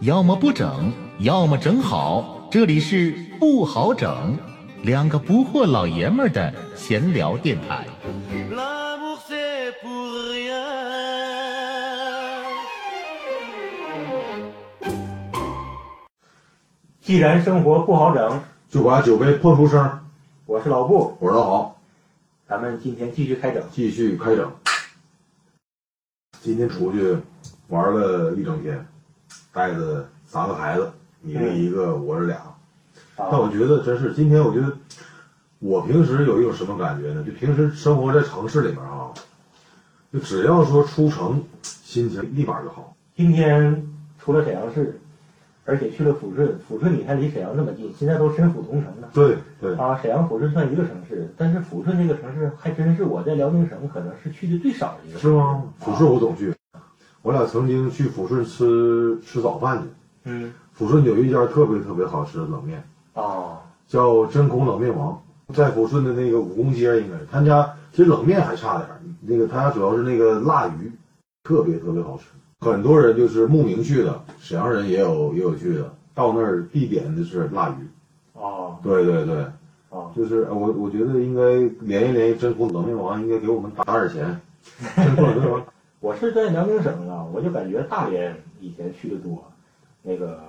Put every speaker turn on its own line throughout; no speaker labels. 要么不整，要么整好。这里是不好整，两个不惑老爷们儿的闲聊电台。
L'amour c'est pour rien.
既然生活不好整，
就把酒杯泼出声。
我是老布，
我说老好，
咱们今天继续开整。
继续开整。今天出去玩了一整天，带着三个孩子，你这一个，我这俩。
啊
但我觉得真是，今天我觉得我平时有一种什么感觉呢？就平时生活在城市里面啊，就只要说出城，心情立马就好。
今天出了沈阳市，而且去了抚顺，抚顺你看离沈阳那么近，现在都身府同城了。
对对，
啊，沈阳、抚顺算一个城市，但是抚顺这个城市还真是我在辽宁省可能是去的最少的一个。啊
是？吗？抚顺我总去，我俩曾经去抚顺吃吃早饭去。
嗯，
抚顺有一家特别特别好吃的冷面。
哦，
叫真空冷面王，在抚顺的那个武功街应该是他家，其实冷面还差点儿，那个他家主要是那个腊鱼，特别特别好吃。很多人就是慕名去的，沈阳人也有也有去的，到那儿必点的是腊鱼。
哦，
对对对，
哦，
就是呃我我觉得应该联系联系真空冷面王，应该给我们打打 点钱。真空冷面王，
我是在辽宁省啊，我就感觉大连以前去的多，那个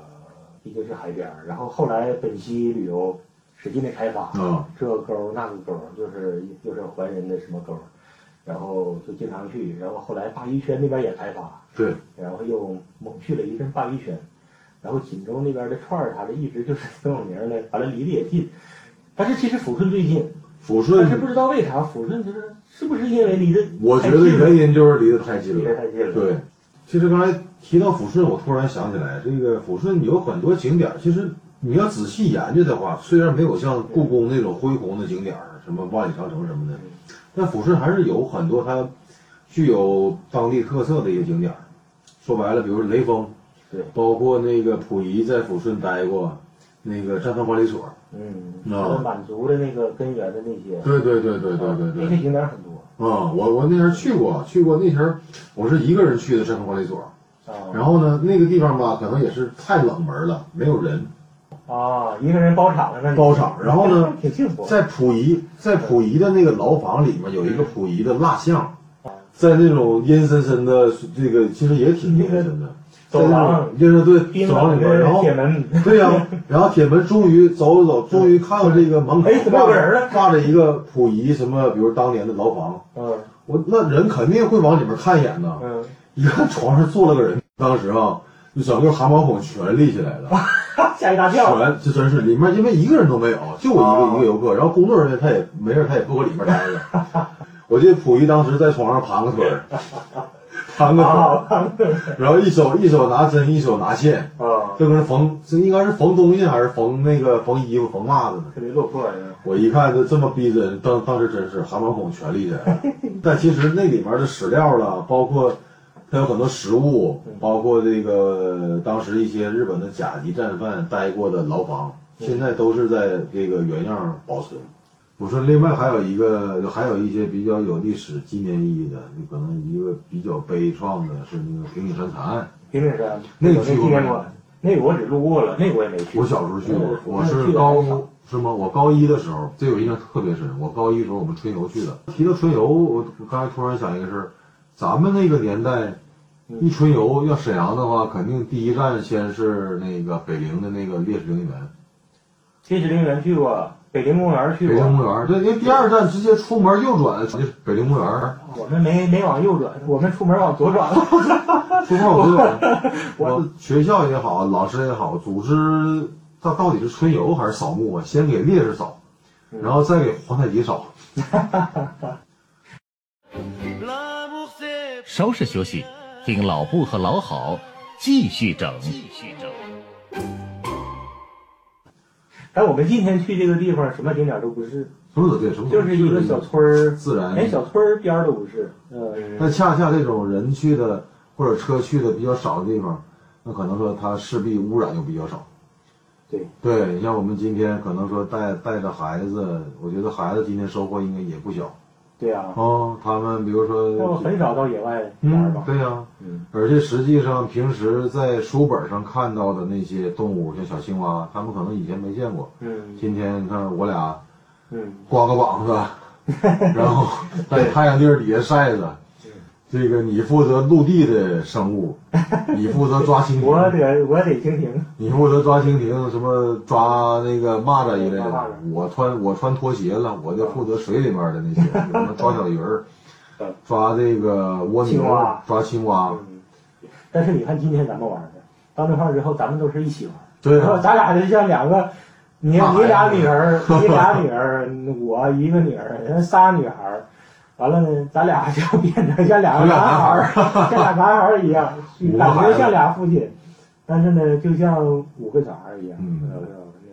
毕竟是海边儿，然后后来本溪旅游使劲的开发，
嗯
这个沟儿那个沟儿，就是就是怀仁的什么沟儿，然后就经常去，然后后来鲅鱼圈那边也开发，
对，
然后又猛去了一阵鲅鱼圈，然后锦州那边的串儿啥的，一直就是很有名儿的，完了离得也近，但是其实抚顺最近，
抚
但啊是不
顺，
知道为啥抚顺就是是不是因为离得
我觉
太
得
近了
原因就是离得太近
离
了
得。太近了，
对，其实刚才提到抚顺，我突然想起来，这个抚顺有很多景点儿，其实你要仔细研究的话，虽然没有像故宫那种恢宏的景点儿，什么万里长城什么的，但抚顺还是有很多它具有当地特色的一些景点儿。说白了，比如雷锋，
对
包括那个溥仪在抚顺待过，那个战犯管理所，
嗯，
嗯
就是满族的那个根源的那些，
对对对对对对对
那。些景点儿很多
啊、我我那天去过，去过那天我是一个人去的战犯管理所，
啊，
然后呢，那个地方吧，可能也是太冷门了，没有人
啊，一个人包场了那你，
包场。然后呢
挺幸福，
在溥仪，在溥仪的那个牢房里面有一个溥仪的蜡像，在那种阴森森的这个，其实也挺阴森的。
走廊
在那种就是对
冰
走廊里面，
冷的
然后
铁门
对呀、然后铁门终于走走走，终于看到这个门口
哎怎么有
挂
个人
着
了
挂着一个溥仪什么，比如当年的牢房，
嗯
我那人肯定会往里面看一眼的。
嗯，
一看床上坐了个人，当时啊，就整个汗毛孔全立起来了，
吓一大跳。
全这真是里面因为一个人都没有，就我一个、
啊
一个游客，然后工作人员他也没事，他也不搁里面待着。我记得溥仪当时在床上盘个腿儿，盘个腿
啊
儿，然后一手一手拿针，一手拿线，
啊，
就跟那缝，这应该是缝东西还是缝那个缝衣服、缝袜子呢？
特别落魄呀。
我一看这这么逼真，当当时真是汗毛孔全立起来了。但其实那里面的史料了，包括它有很多食物，包括这个当时一些日本的甲级战犯待过的牢房，现在都是在这个原样保存。我说，另外还有一个，还有一些比较有历史纪念意义的，你可能一个比较悲怆的是那个平顶山惨案。
平顶山
那个
有
去
纪
过
念
吗
馆，那个我只路过了，那个我也没去。
我小时候去过，我
那
是
去的
高
很少
是吗？我高一的时候，这我印象特别深。我高一时候我们春游去的。提到春游，我我刚才突然想一个事儿，咱们那个年代，
嗯
一春游要沈阳的话，肯定第一站先是那个北陵的那个烈士陵园、
烈士陵园去过，北陵公园去
北陵
过，
公园。对，因为第二站直接出门右转就是北陵公园，
我们没没往右转，我们出门往左转 了。
出门往右转。我学校也好，老师也好，组织到到底是春游还是扫墓啊？先给烈士扫，
嗯
然后再给皇太极扫。
L'amour c'est
稍事休息，听老布和老好继续整。
但我们今天去这个地方，什么景点都不是，
什么都对，什么都
就是一个小村儿，
自然
连小村儿边儿都不是。嗯，
但恰恰这种人去的或者车去的比较少的地方，那可能说它势必污染又比较少。
对，
对，你像我们今天可能说带带着孩子，我觉得孩子今天收获应该也不小。
对啊，
哦，他们比如
他们
说，
很少到野外哦玩
嗯
吧，？
对呀、
嗯
而且实际上平时在书本上看到的那些动物，像小青蛙，他们可能以前没见过。
嗯
今天你看我俩
嗯，
光 个膀子，然后在太阳地儿底下晒着。这个你负责陆地的 生物，你负责抓蜻
我
蜓，
得我得蜻蜓，
你负责抓蜻蜓，什么抓那个蚂蚱一类
抓蚂蚱
的。我穿我穿拖鞋了，我就负责水里面的那些，什么抓小鱼儿
嗯，
抓这个蜗牛
青蛙，
抓青蛙。
嗯，但是你看今天咱们玩的，到那块儿之后咱们都是一起玩，
对
然后
啊，
咱俩就像两个，你
大孩子
你俩女 儿，你俩女儿，我一个女儿，人仨女孩儿，完了呢，咱俩就变成像两个男孩儿，像俩男孩儿一 样，
五个
感
孩
觉
子
像俩父亲，但是呢，就像五个小孩儿一样。
嗯
呃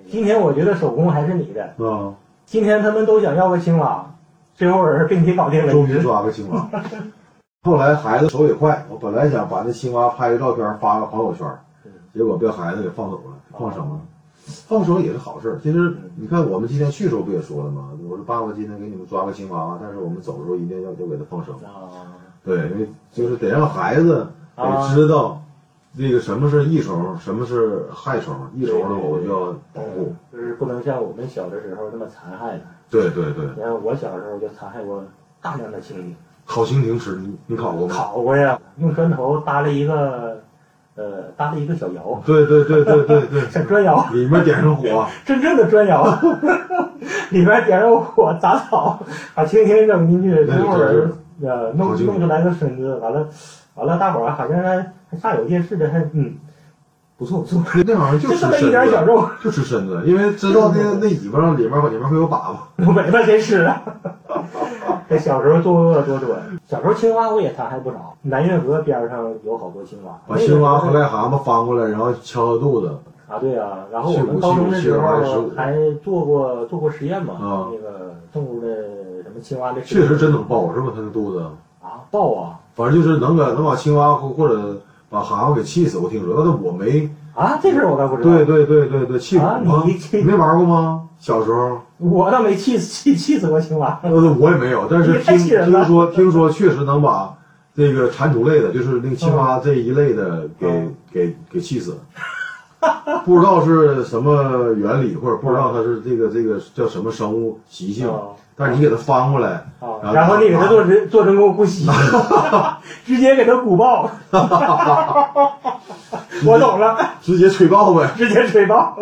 今天我觉得手工还是你的，
是吧？
今天他们都想要个青蛙，最后人被你搞定了。
终于抓个青蛙。 后来孩子手也快，我本来想把那青蛙拍个照片发个朋友圈，
嗯
结果被孩子给放走了，放生了。放生也是好事儿。其实
嗯
你看，我们今天去的时候不也说了吗？我说爸爸今天给你们抓个青蛙，啊但是我们走的时候一定要就给它放生。
啊，
对，因为就是得让孩子得
啊
知道，这个什么是益虫，什么是害虫。益虫呢，
对对对嗯
我们就要保护。
就是不能像我们小的时候那么残害它。
对对对，
你看我小时候就残害过大量的蜻蜓。
烤蜻蜓吃，你你烤过吗？
烤过呀，用砖头搭了一个，呃，搭了一个小窑，
对对对对对对。
小砖窑，
里面点上火，
真正的砖窑， 里边点上火，杂草，把蜻蜓扔进去，
那
最
就
后
真是
呃弄
好精
弄
神
出来个身子，完了，完了，大伙儿啊好像还还煞有介事的，还嗯，不错不错，
那那好像就
就
吃
这么
身
一点小
子，
肉，嗯
就吃身子，因为知道那个那尾巴上里面里面会有粑粑。
尾巴谁吃啊？ 这小时候作恶多端，小时候青蛙我也残害不少，南运河边上有好多青蛙，
把青蛙
那个时候
和癞蛤蟆翻过来，然后敲敲肚子，
啊，对啊，然后我们高中的时候还做过做过实验嘛，
啊
那个动物的什么青蛙的实
确
验
实真能爆，是吧？它那肚子，
啊，爆啊
反正就是能个能把青蛙或或者把蛤蟆给气死。我听说，但是我没。
啊，这事儿我倒不知道，
对对对对对，气鼓
啊
吗？
你气
你没玩过吗？小时候，
我倒没气死气气死过青蛙，
呃，我也没有，但是
你太
听
气人了
听说听说确实能把这个蟾蜍类的，就是那个青蛙这一类的给、
嗯
给给气死，不知道是什么原理，或者不知道它是这个这个叫什么生物习性，
哦
但是你给它翻过来，
啊，
然后
然后你给它做人做人工呼 吸，直接给它鼓爆， 我懂了，
直接吹爆呗。
直接吹爆，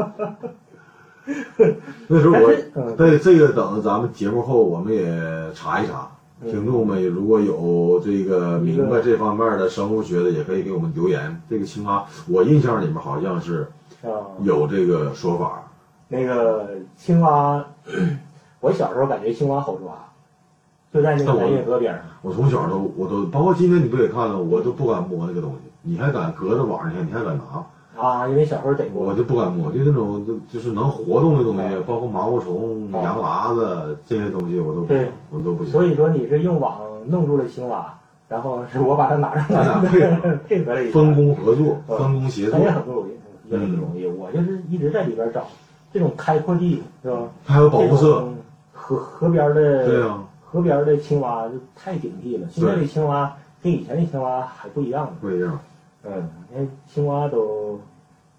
那时候
但是
我
嗯
对这个等咱们节目后，我们也查一查。
嗯
听众们如果有这个明白这方面的生物学的，也可以给我们留言。这个青蛙，我印象里面好像是
啊，
有这个说法。
那个青蛙，我小时候感觉青蛙好抓，就在那个
那我
南运河边上。
我从小都我都，包括今天你不也看了，我都不敢摸那个东西。你还敢搁着网上，你还你还敢拿，
啊，因为小时候逮过，
我就不敢摸。就那种就就是能活动的东西，包括毛毛虫、
哦
羊娃子这些东西，我都不
对
行，我都不行。
所以说你是用网弄住了青蛙，然后是我把它拿上
咱
来，
俩配合，
配合了一下，
啊分工合作，
嗯
分工协作
但，也很不容易，也很不容易。我就是一直在里边找这种开阔地，是吧？
还有保护
这
色。
种河河边的，
对啊，
河边的青蛙就太警惕了。现在的
对
青蛙跟以前的青蛙还不一样呢。
不一样，
嗯，你看青蛙都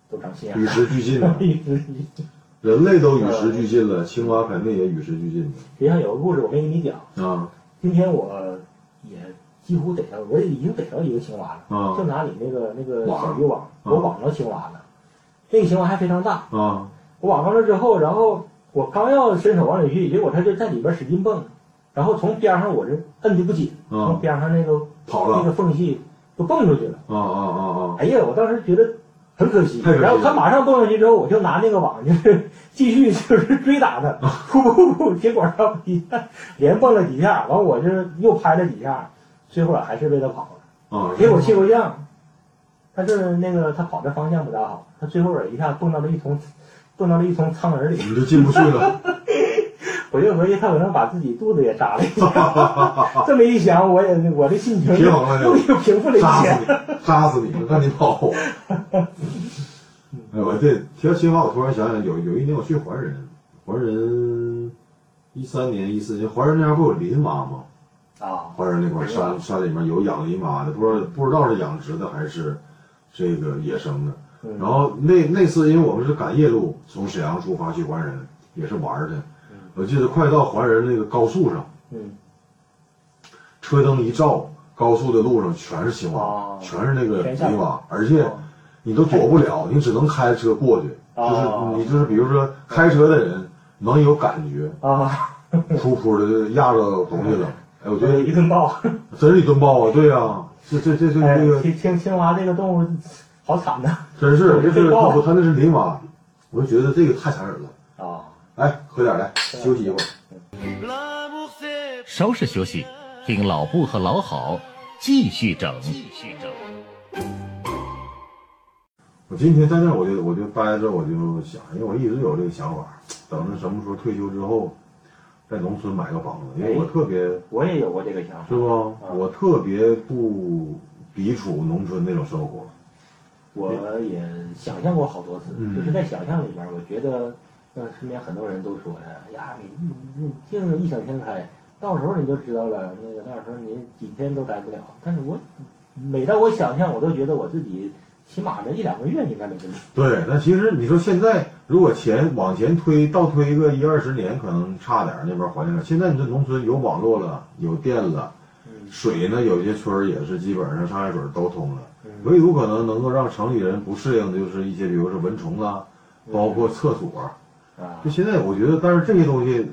都长心眼
与
儿，。
时俱进了
一直一直
人类都与时俱进
哎
了，青蛙肯定也与时俱进
实际上有个故事我没跟你讲，
的啊
今天我也几乎逮着，我也已经逮着一个青蛙了。就
啊
拿你那个那个
网
小渔网，
嗯
我网着青蛙了，那个青蛙还非常大，
啊！
我网上了之后，然后我刚要伸手往里去，结果它就在里边使劲蹦，然后从边上我这摁的不紧，
嗯
从边上那个
跑
那个
了
缝隙就蹦出去了。
啊啊啊啊！
哎呀，我当时觉得很可惜。
太可惜了
然后它马上蹦上去之后，我就拿那个网就是继续就是追打它，
啊
噗噗噗，结果它一下连蹦了几下，完我这又拍了几下，最后还是被它跑了。
啊！
给我气够呛，但是那个他跑的方向不大好，他最后一下蹦到了一桶，蹦到了一桶苍蝇 里，
你就进不去了，
我就合计他可能把自己肚子也扎 了一下。这么一想，我也我的心情
平衡了
又又平复了一
扎
些。
死你，扎死你，让你跑。 哎，我这提到青蛙，我突然想想，有有一年我去怀仁，怀仁一三年、一四年，怀仁那边不有林蛙吗？
啊，
或者那块山山里面有养狸妈的，不知道不知道是养殖的还是这个野生的。
嗯
然后那那次因为我们是赶夜路从沈阳出发去怀仁，也是玩儿去。我记得快到怀仁那个高速上，
嗯，
车灯一照，高速的路上全是青蛙，
哦
全是那个
全下
泥
来
蛙，而且
哦
你都躲不了，你只能开车过去。
哦
就是你就是比如说开车的人能有感觉，
啊，
噗噗的压着东西了。哎，我觉得
嗯一顿爆。
真是一顿爆啊！对呀、这这这这
哎
这，个
青青青蛙这个动物好惨呐！
真是，这
一顿
个
爆
他他那是林蛙，我就觉得这个太残忍了。
啊，
哎，喝点儿来，休息一会儿。
L'amour c'est
稍事休息，听老布和老好继续整。继续整。
我今天在那儿，我就我就待着，我就想，因为我一直有这个想法，等着什么时候退休之后，在农村买个房子，因为我特别
我也有过这个想
是
法。
不，我特别不抵触农村那种生活。
我也想象过好多次，
嗯
就是在想象里边儿，我觉得，呃，身边很多人都说了，呀，你你你净异想天开，到时候你就知道了，那个到时候你几天都待不了。但是我每当我想象，我都觉得我自己起码那一两个月应该没问题。
对，那其实你说现在如果前往前推，倒推个一二十年，可能差点儿那边环境。现在你这农村有网络了，有电了，
嗯
水呢有些村儿也是基本上上下水都通了。
嗯
唯独可能能够让城里人不适应的就是一些，比如说蚊虫啊，包括厕所啊。
啊
就，现在我觉得，但是这些东西，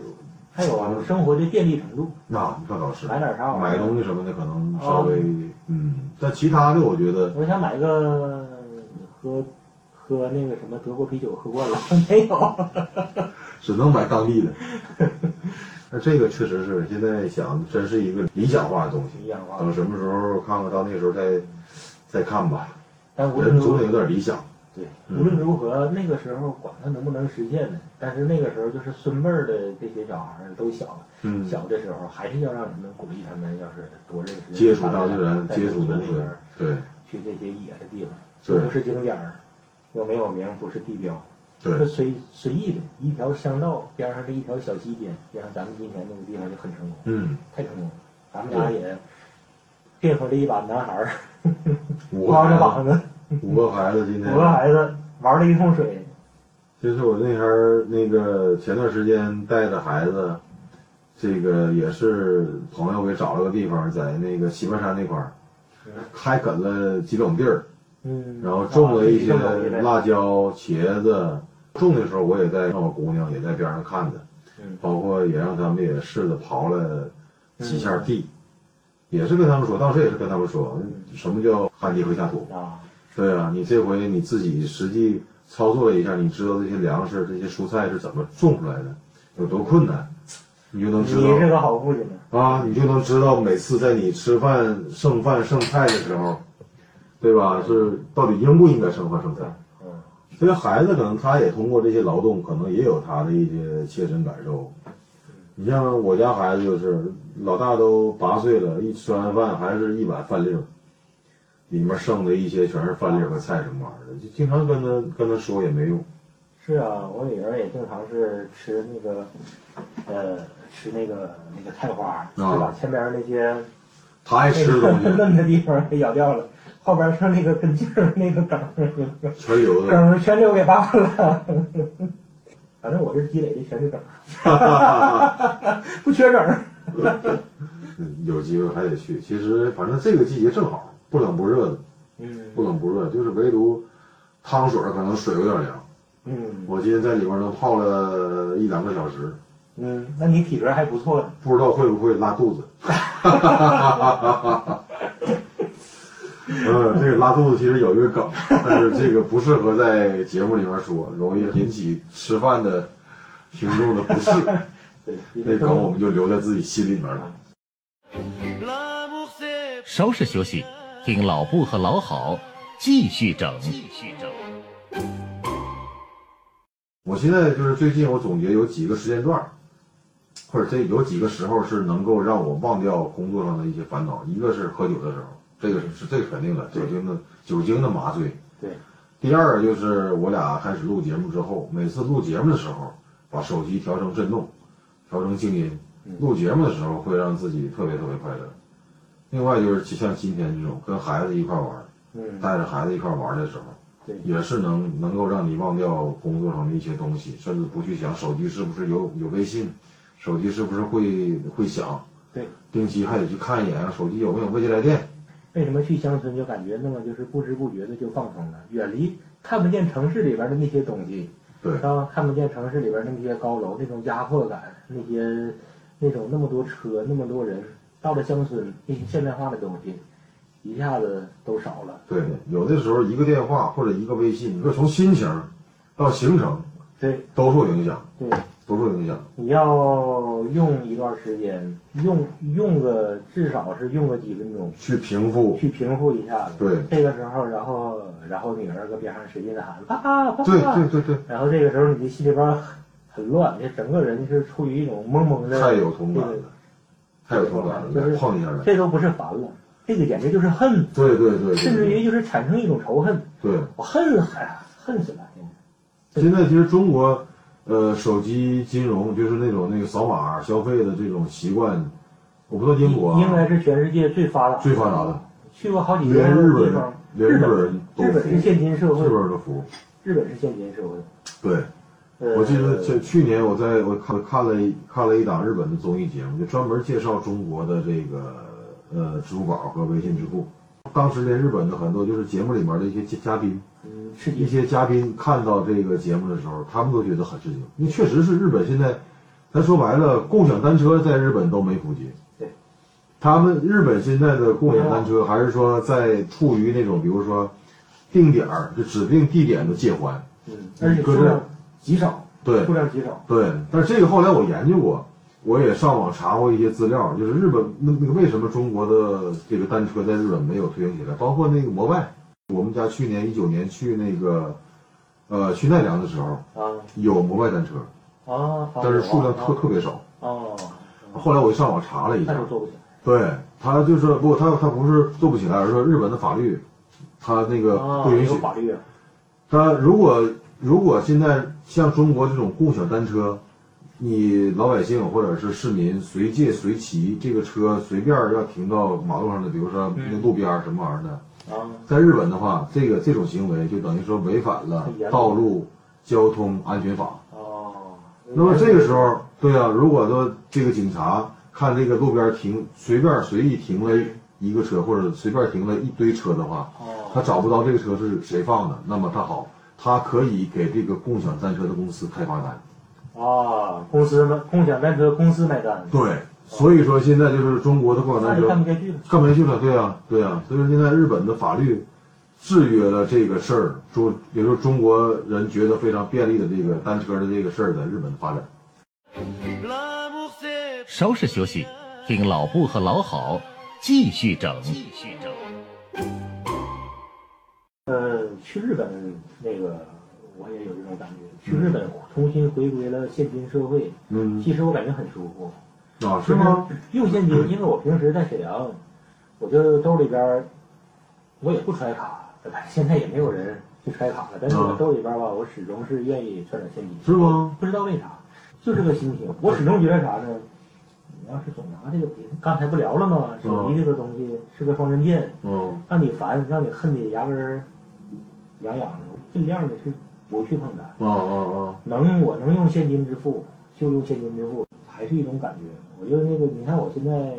还有啊生活的便利程度，
那那倒是
买点啥玩意儿哦
买东西什么的，可能稍微嗯，但其他的我觉得
我想买个喝喝那个什么德国啤酒，喝惯了没 有？
只能买 当地的。那这个确实是现在想，真是一个理想化的东
理
西。
想化
等什么时候看看，到那时候再再看吧。
但无论
人
如
总得有
何，
点理想。
对，
嗯
无论如何，那个时候管他能不能实现呢？但是那个时候就是孙辈儿的这些小孩儿都小，
嗯，
小的时候还是要让他们鼓励他们，要是多认识
接触大自然，接触农
农
村
村，，
对
去这些野的地方，
对
又不是景点儿，又没有名，不是地标，是
对，
随随意的一条乡道边上的一条小溪边，就像咱们今天那个地方就很成功。
嗯，
太成功了，咱们家也变回了一把男孩儿，
五个
光着
孩
膀
子，
子，
五个孩子今
五
天。
个孩子玩了一桶水，
就是我那天儿那个前段时间带着孩子，这个也是朋友给找了个地方，在那个棋盘山那块儿
嗯，
开垦了几垄地儿，
嗯，
然后种了一些
啊这个
辣椒、茄子。种的时候我也在，让我姑娘也在边上看着，
嗯
包括也让他们也试着刨了几下
嗯
地，也是跟他们说，当时也是跟他们说，什么叫汗滴禾下土。
啊，
对啊，你这回你自己实际操作了一下，你知道这些粮食、这些蔬菜是怎么种出来的，有多困难，你就能
你
知
是
道
个好父亲呢，
啊，你就能知道每次在你吃饭剩饭剩菜的时候，对吧？是到底应不应该剩饭剩菜？
嗯，
所以孩子可能他也通过这些劳动，可能也有他的一些切身感受。你像我家孩子就是老大都八岁了，一吃完饭还是一碗饭粒儿，里面剩的一些全是饭粒儿和菜什么玩意儿的，就经常跟他跟他说也没用。
是啊，我女儿也经常是吃那个，呃，吃那个那个菜花，就把前边那些
他爱
那
啊 吃的东
个嫩
西
的地方给咬掉了，后边剩那个根茎儿那个梗儿。
全留
梗
着，
儿全留给爸了。反正我这积累的全是梗儿，不缺梗儿。
嗯 有机会还得去。其实反正这个季节正好，不冷不热的，
嗯
不冷不热，就是唯独汤水儿可能水有点凉。
嗯
我今天在里面能泡了一两个小时。
嗯，那你体格还不错呢。
不知道会不会拉肚子。呃，这个拉肚子其实有一个梗，但是这个不适合在节目里面说，容易引起吃饭的听众的不适。
对，
那梗我们就留在自己心里面了。
l'amour c'est
稍事休息，听老布和老好继续整。继续整。
我现在就是最近我总结有几个时间段儿，或者这有几个时候是能够让我忘掉工作上的一些烦恼。一个是喝酒的时候，这个是是这个肯定的，酒精的酒精的麻醉。
对，
第二个就是我俩开始录节目之后，每次录节目的时候，把手机调成震动，调成静音，录节目的时候会让自己特别特别快乐。另外就是像今天这种跟孩子一块玩儿，
嗯，
带着孩子一块玩儿的时候，
对，
也是能能够让你忘掉工作上的一些东西，甚至不去想手机是不是有有微信，手机是不是会会响，
对，
定期还得去看一眼啊手机有没有未接来电。
为什么去乡村就感觉那么就是不知不觉的就放松了，远离看不见城市里边的那些东西，
对
然后看不见城市里边那些高楼那种压迫感，那些那种那么多车那么多人，到了乡村那些现代化的东西，一下子都少了。
对，有的时候一个电话或者一个微信，你说从心情到行程
对
都受影响，
对，
都受影响。
你要用一段时间，用用个至少是用个几分钟，
去平复，
去平复一下子。
对
这个时候，然后然后女儿搁边上使劲的喊爸爸爸爸，
对对对对，
然后这个时候你的心里边很很乱，你整个人是处于一种懵懵的。
太有同感了，太有同感了，
就是
再碰一下来。
这都不是烦了，这个简直就是恨，
对对对，对
甚至于就是产生一种仇恨，
对。
我恨死了，哎恨死了。
现在其实中国，呃，手机金融就是那种那个扫码消费的这种习惯，我不知道英国啊
应该是全世界最发达的，
最发达的，
去过好几个
连日本
地方，
连
日
日
本
本人都
日本是
服，
现金社会
日，本人都服。
日本是现金社会。
对，
呃
我记得去去年我在我看看了一看了一档日本的综艺节目，就专门介绍中国的这个呃支付宝和微信支付。当时连日本的很多就是节目里面的一些嘉宾，
嗯，是
一
金
些嘉宾看到这个节目的时候，他们都觉得很吃惊，因为确实是日本现在，咱说白了，共享单车在日本都没普及。
对，
他们日本现在的共享单车还是说在处于那种，比如说定点儿就指定地点的借还。
嗯，而且
搁
数
这
量极少，
对
数量极少。
对，但是这个后来我研究过，我也上网查过一些资料，就是日本那那个为什么中国的这个单车在日本没有推行起来，包括那个摩拜，我们家去年一九年去那个呃去奈良的时候。
啊
有摩拜单车，
啊，
但是数量特
特
特别少。
哦，
后来我上网查了一
那
下，
就做不起来。
对他就是不，他他不是做不起来，而是说日本的法律，他那个
啊，
呃不允
有
许。
法律啊，
他如果如果现在像中国这种共享单车，你老百姓或者是市民随借随骑，这个车随便要停到马路上的，比如说那路边儿什么玩意儿的，
啊，
在日本的话，这个这种行为就等于说违反了
很严重
《道路交通安全法》。
哦，
那么这个时候，对呀、如果说这个警察看这个路边停随便随意停了一个车，或者随便停了一堆车的话，他
哦，
找不到这个车是谁放的，那么他好，他可以给这个共享单车的公司开罚单。
啊，公司买共享单车公司买单，
对，所以说现在就是中国的共享
那
单
就
车
干不下去了。
干不下去了，对呀、啊对呀、所以说现在日本的法律制约了这个事儿，中也就是中国人觉得非常便利的这个单车的这个事儿在日本的发展。
L'amour c'est
稍事休息，听老布和老好继续整。继续整。
呃，去日本那个，我也有这种感觉，去日本重新回归了现金社会，
嗯，
其实我感觉很舒服。
啊，是吗？？嗯
用现金，因为我平时在沈阳，我就兜里边儿我也不揣卡，哎， 现在也没有人去揣卡了，但是我
嗯
兜里边儿吧，我始终是愿意揣点现金。
是吗？
不知道为啥，就这个心情。我始终觉得啥呢？你要是总拿这个，刚才不聊了
啊
吗？手机这个东西是个双刃剑，
嗯。
让你烦，让你恨的牙根儿痒痒的。尽量的是不去碰它，
哦哦
能我能用现金支付就用现金支付，还是一种感觉。我就那个，你看我现在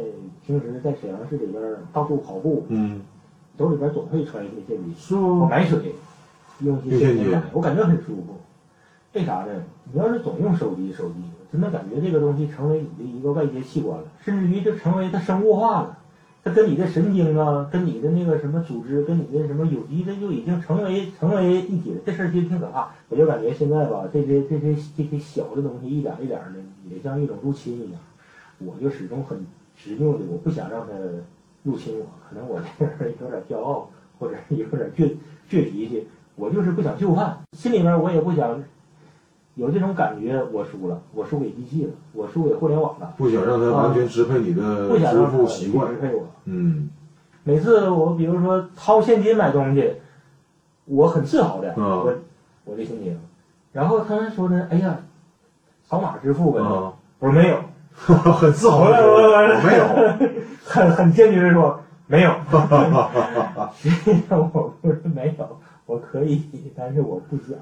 平时在沈阳市里边儿到处跑步
哦，，嗯，
兜里边儿总会揣一些现金。
是
我
吗？
买水用些现金买，我感觉很舒服。为啥呢？你要是总用手机，手机真的感觉这个东西成为你的一个外接器官了，甚至于就成为它生物化了。它跟你的神经啊，跟你的那个什么组织，跟你的什么有机，这就已经成为成为一体了。这事儿其实挺可怕。我就感觉现在吧，这些这些这些小的东西，一点一点的，也像一种入侵一样。我就始终很执拗的，我不想让它入侵我。可能我这个人有点骄傲，或者有点倔倔脾气，我就是不想就范，心里面我也不想有这种感觉，我输了，我输给机器了，我输给互联网了，
不想让它完全支配你的
不想
呃支
让它
付习惯
支。配我。
嗯
每次我比如说掏现金买东西，我很自豪的，
嗯
我我这现金。然后他说呢，哎呀，扫码支付呗。
啊，
我说没有，
很自豪地说，我没有。
很很坚决的说没 有。实际上我不是没有，我可以，但是我不讲。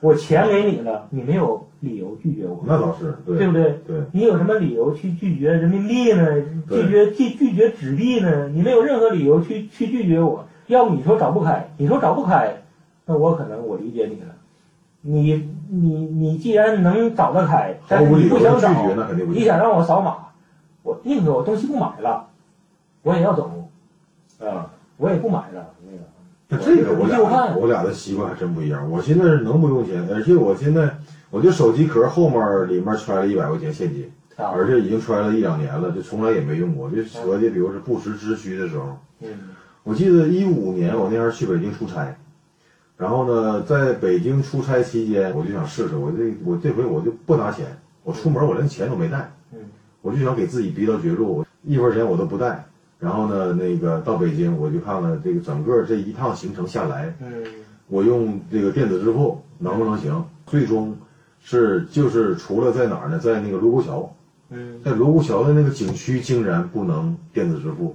我钱给你了，你没有理由拒绝我，
那倒是，对
对不对？
对，
你有什么理由去拒绝人民币呢？
对
拒绝拒拒绝纸币呢？你没有任何理由去去拒绝我。要不你说找不开，你说找不开，那我可能我理解你了。你你你既然能找得开，但是
毫无
你
理由
不想
的
找
拒绝那肯定，不行
你想让我扫码，我宁可我东西不买了，我也要走，啊，我也不买了那个。
那这个我
我
俩
就看
我俩的习惯还真不一样。我现在是能不用钱，而且我现在我就手机壳后面里面揣了一百块钱现金，
啊，
而且已经揣了一两年了，就从来也没用过。就合计，比如是不时之需的时候，
嗯
我记得一五年我那时候去北京出差，然后呢，在北京出差期间，我就想试试，我这我这回我就不拿钱，我出门我连钱都没带，
嗯
我就想给自己逼到绝路，我一分钱我都不带。然后呢，那个到北京我就看看这个整个这一趟行程下来，
嗯
我用这个电子支付能不能行？最终是就是除了在哪儿呢，在那个卢沟桥，
嗯
在卢沟桥的那个景区竟然不能电子支付。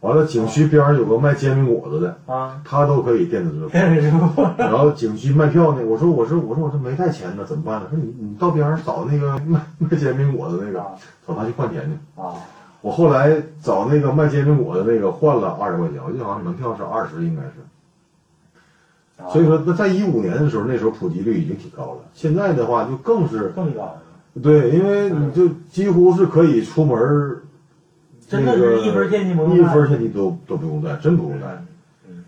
完了，景区边上有个卖煎饼果子的，
啊，
他都可以电子支付。
这是我
然后景区卖票呢，我说我是我说我这没带钱呢，怎么办呢？说你你到边上找那个卖卖煎饼果子那个，找他去换钱去。
啊
我后来找那个卖煎饼果子那个换了二十块钱，我记得好像门票是二十，应该是。
啊，
所以说，那在一五年的时候，那时候普及率已经挺高了。现在的话，就更是
更高。
对，因为你就几乎是可以出门儿，
嗯真的是一分现金不用
一
带
分现金都都不用带，真不用带。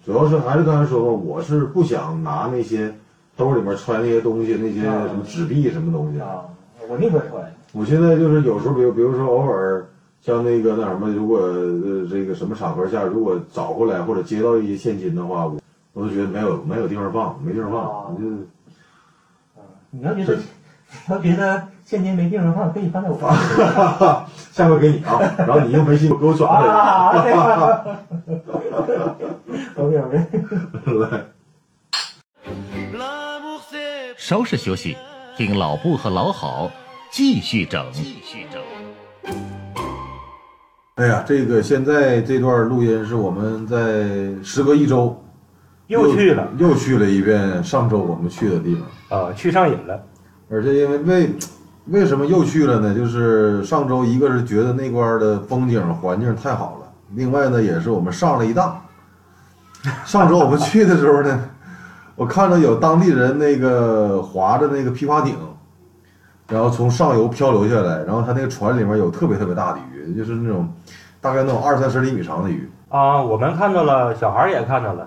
主要是还是刚才说嘛，我是不想拿那些兜里面揣那些东西，那些
啊
什么纸币什么东西。
啊，我宁可穿。
我现在就是有时候，比如比如说偶尔像那个那什么，如果呃这个什么场合下，如果找回来或者接到一些现金的话，我我就觉得没有没有地方放，没地方放，
啊
我就。
你要觉得，你要觉得现金没地方放，可以放在我这儿。
哈哈， 下回给你啊，然后你用微信给我转 过
啊，
来。
对吧？OK OK。
来，
L'amour c'est
收拾休息，听老布和老好继续整。继续整。
哎呀，这个现在这段录音是我们在时隔一周
又去了，
又去了一遍上周我们去的地方，
呃
啊，去上瘾了。
而且因为为为什么又去了呢？就是上周一个是觉得那块儿的风景环境太好了，另外呢也是我们上了一当。上周我们去的时候呢，我看到有当地人那个划着那个皮划艇，然后从上游漂流下来，然后他那个船里面有特别特别大的鱼，就是那种大概那种二三十厘米长的鱼，
啊，我们看到了，小孩儿也看到了，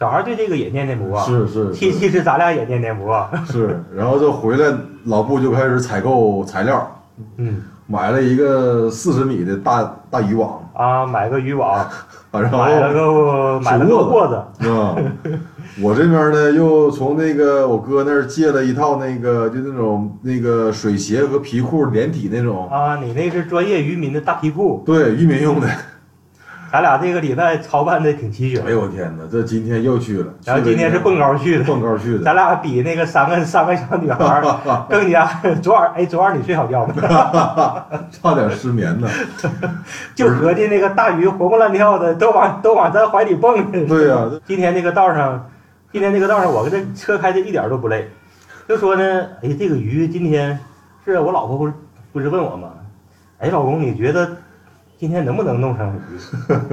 小孩儿对这个也念念不忘。
是是
其
是
其实咱俩也念念不忘。
是，然后就回来，老布就开始采购材料，
嗯，
买了一个四十米的大大渔网，
啊，买个 渔网，
啊然后
买了个买了个
窝
货子，
啊、我这边呢又从那个我哥那儿借了一套那个就那种那个水鞋和皮裤连体那种，
啊，你那是专业渔民的大皮裤，
对渔民用的。
咱俩这个礼拜操办的挺齐
哎
全。
呦我天哪，这今天又去了，
然后今天是蹦高去的，
蹦高去的
咱，俩比那个三个三个小女孩 儿更加。昨晚哎，昨晚你睡好觉没？
差点失眠呢。
就合计那个大鱼活蹦乱跳的，都往都往咱怀里蹦去。
对呀、
今天那个道上，今天那个道上，我跟这车开的一点儿都不累。就说呢，哎，这个鱼今天是啊我老婆不是不是问我吗？哎，老公，你觉得今天能不能弄上鱼？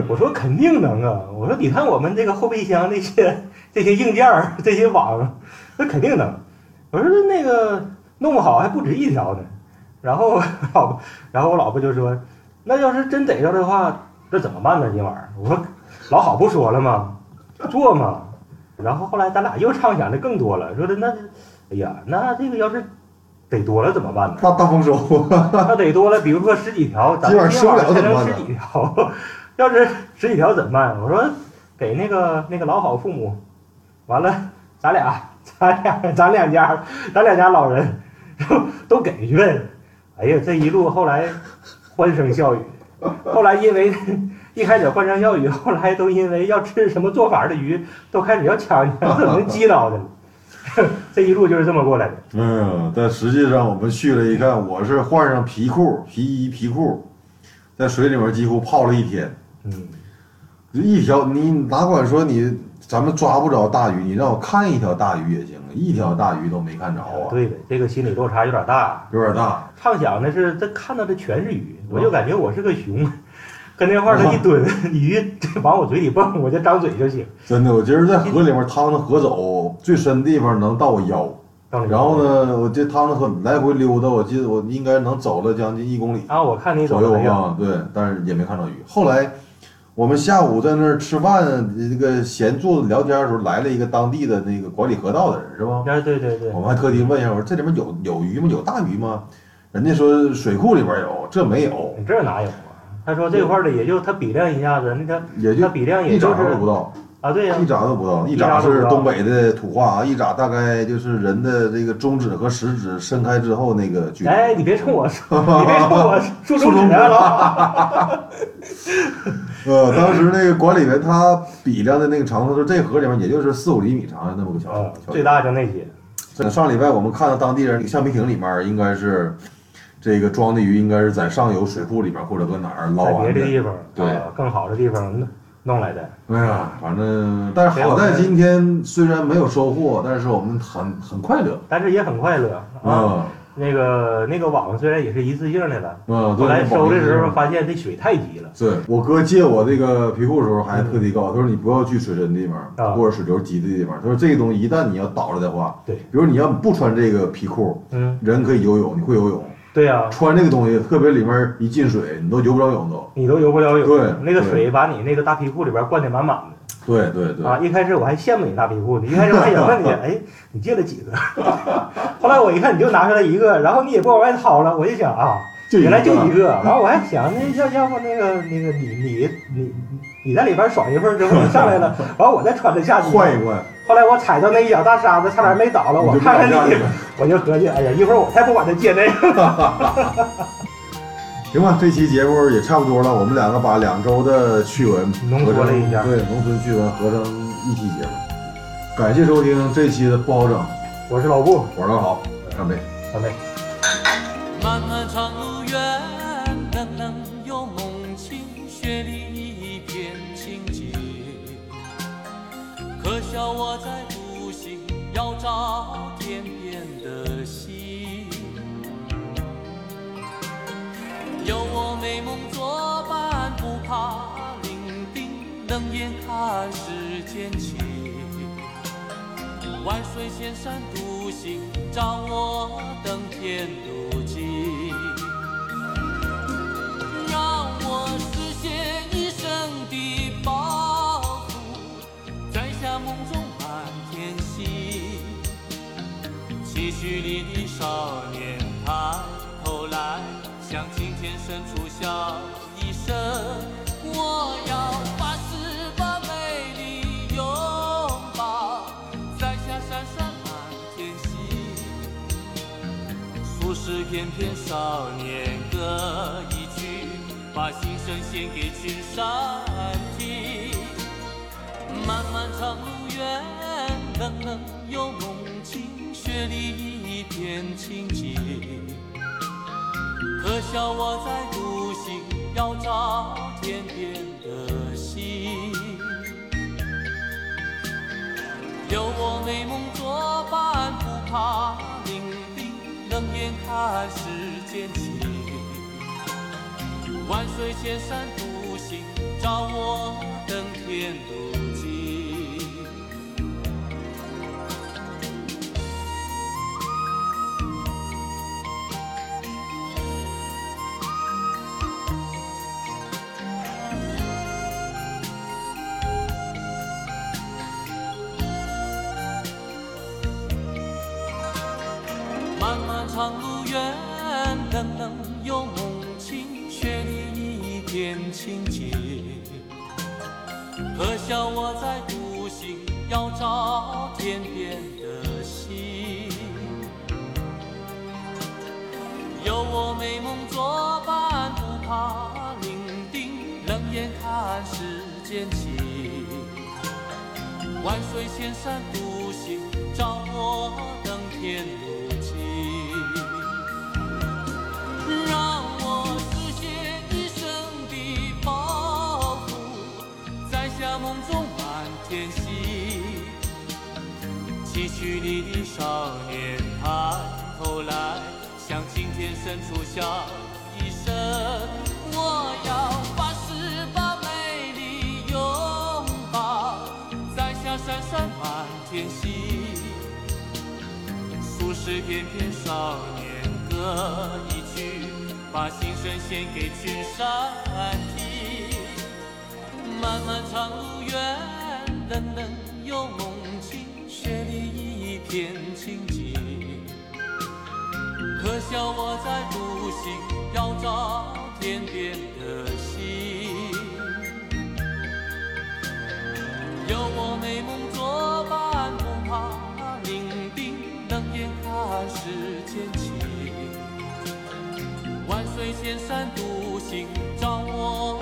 我说肯定能啊！我说你看我们这个后备箱那些这些硬件儿这些网，那肯定能。我说那个弄不好还不止一条呢。然后 我老婆，然后我老婆就说，那要是真逮着的话，那怎么办呢？今晚儿我说老好不说了吗？做嘛。然后后来咱俩又畅想的更多了，说的那，哎呀，那这个要是逮多了怎么办呢？
大大丰收，啊
那逮多了，比如说十几条，咱
今晚
们
吃不
今晚
了
才
怎么
能
办
十
呢
几条， 要是十几条怎么办？我说给那个那个老好父母，完了咱俩咱俩咱两家咱两家老人都给 去呗。哎呀，这一路后来欢声笑语，后来因为 一开始欢声笑语， 后来都因为要吃什么做法的鱼，都开始要抢抢，怎么能激恼的了？ 这一路就是这么过来的。
嗯，但实际上我们去了一看，我是换上皮裤、皮衣、皮裤，在水里面几乎泡了一天。
嗯，
就一条，你哪管说你咱们抓不着大鱼，你让我看一条大鱼也行，一条大鱼都没看着啊，
对的，这个心理落差有点大。啊
有点大。
畅想的是，这看到的全是鱼，我就感觉我是个熊，跟那块儿它一蹲， 鱼往我嘴里蹦，我就张嘴就行。
真的，我今儿在河里面趟的河走，最深地方能到我腰。
到
然后？呢，我这趟的河来回溜达，我记得我应该能走了将近一公里
啊，我看你走
左右
的很远，
吧，对，但是也没看着鱼。后来我们下午在那儿吃饭，这个闲坐着聊天的时候，来了一个当地的那个管理河道的人，是吧？
哎，对对对
我，们还特地问一下，我说这里面有有鱼吗？有大鱼吗？人家说水库里边有，这没有，
你这哪有啊？他说这块儿的也就他比量一下子，那他
也
他
就
比量
一
也就
掌
是
都不到，
啊，对呀、
一掌都不到，一
一掌
掌
都不
是
到
东北的土话啊，一掌大概就是人的这个中指和食指伸开之后那个距离。
哎，你别冲我 说，你别冲 我竖中指啊，老。
呃，当时那个管理员他比量的那个长度，说这河里面也就是四五厘米长的那么个小
啊
小，
最大就那些，
这上礼拜我们看到当地人那个橡皮艇里面应该是这个装的鱼，应该是在上游水库里面或者搁哪儿捞
在别
完
的
的。
地方，
对
啊，更好的地方弄弄来的。
哎呀，反正但是好在今天虽然没有收获，但是我们很很快乐
但是也很快乐啊。
啊
那个那个网虽然也是一次性的了，
啊！
后
对
来收的时候
不好
发现这水太急了
意思对我哥借我这个皮裤的时候还特地告诉我，他说你不要去水深的地
啊
方或者水流急的地方，他说这个东西一旦你要倒了的话，
对
比如你要不穿这个皮裤，
嗯，
人可以游泳，你会游泳，
对啊呀、
穿这个东西，特别里面一进水，你都游不着泳都。
你都游不了泳，
对
那个
对
水把你那个大皮裤里边灌得满满的
对对对，
啊！一开始我还羡慕你大皮裤呢，一开始我还想问 你，哎，你借了几个？ 后来我一看你就拿出来一个，然后你也不往外掏了，我就想啊，
就一个
原来就一个。完我还想那要要不那个那个你你你你在里边爽一会儿之后你上来 了，完我再穿着下去
换一换，
后来我踩到那一脚大沙子，差点没倒了。我
你就
看看
不敢
你
干了，
我就合计，哎呀，一会儿我才不管他借那个。
行吧，这期节目也差不多了，我们两个把两周的趣闻
浓缩了一下
合成对，农村趣闻合成一期节目。感谢收听这期的不好整，
我是老顾，
我是老好，干杯。
小妹。
漫漫长路远，冷冷又梦醒，雪里一片清静。可笑我在独行，要找天边的星。有我美梦作伴，不怕伶仃，冷眼看世间情。万水千山独行，掌握登天路径。让我实现一生的抱负，摘下梦中满天星。崎岖里的少年抬头来，向青天深处笑一声。我要发誓把美丽拥抱，摘下闪闪满天星。俗世翩翩少年歌一曲，把心声献给群山听。漫漫长路远，冷冷又梦境，雪里一片清静。可笑我在独行，要找天边的星。有我美梦作伴，不怕伶仃，冷眼看世间情。万水千山独行，找我登天路径。漫漫长路远，冷冷又梦清，雪里一片清静。可笑我在独行，要找天边的星。有我美梦作伴，不怕伶仃，冷眼看世间情。万水千山独行，找我我登天路径，让我实现一生的抱负，摘下梦中满天星。崎岖你的少年抬头来，向青天深处笑一声。我要发誓把美丽拥抱，摘下闪闪满天星。数十翩翩少年歌一曲，把心声献给群山听。漫漫长路远的能有梦境，雪里一片清静。可笑我在独行，要找天边的星。有我美梦作伴，不怕伶仃，冷眼看世间情。万水千山独行，照我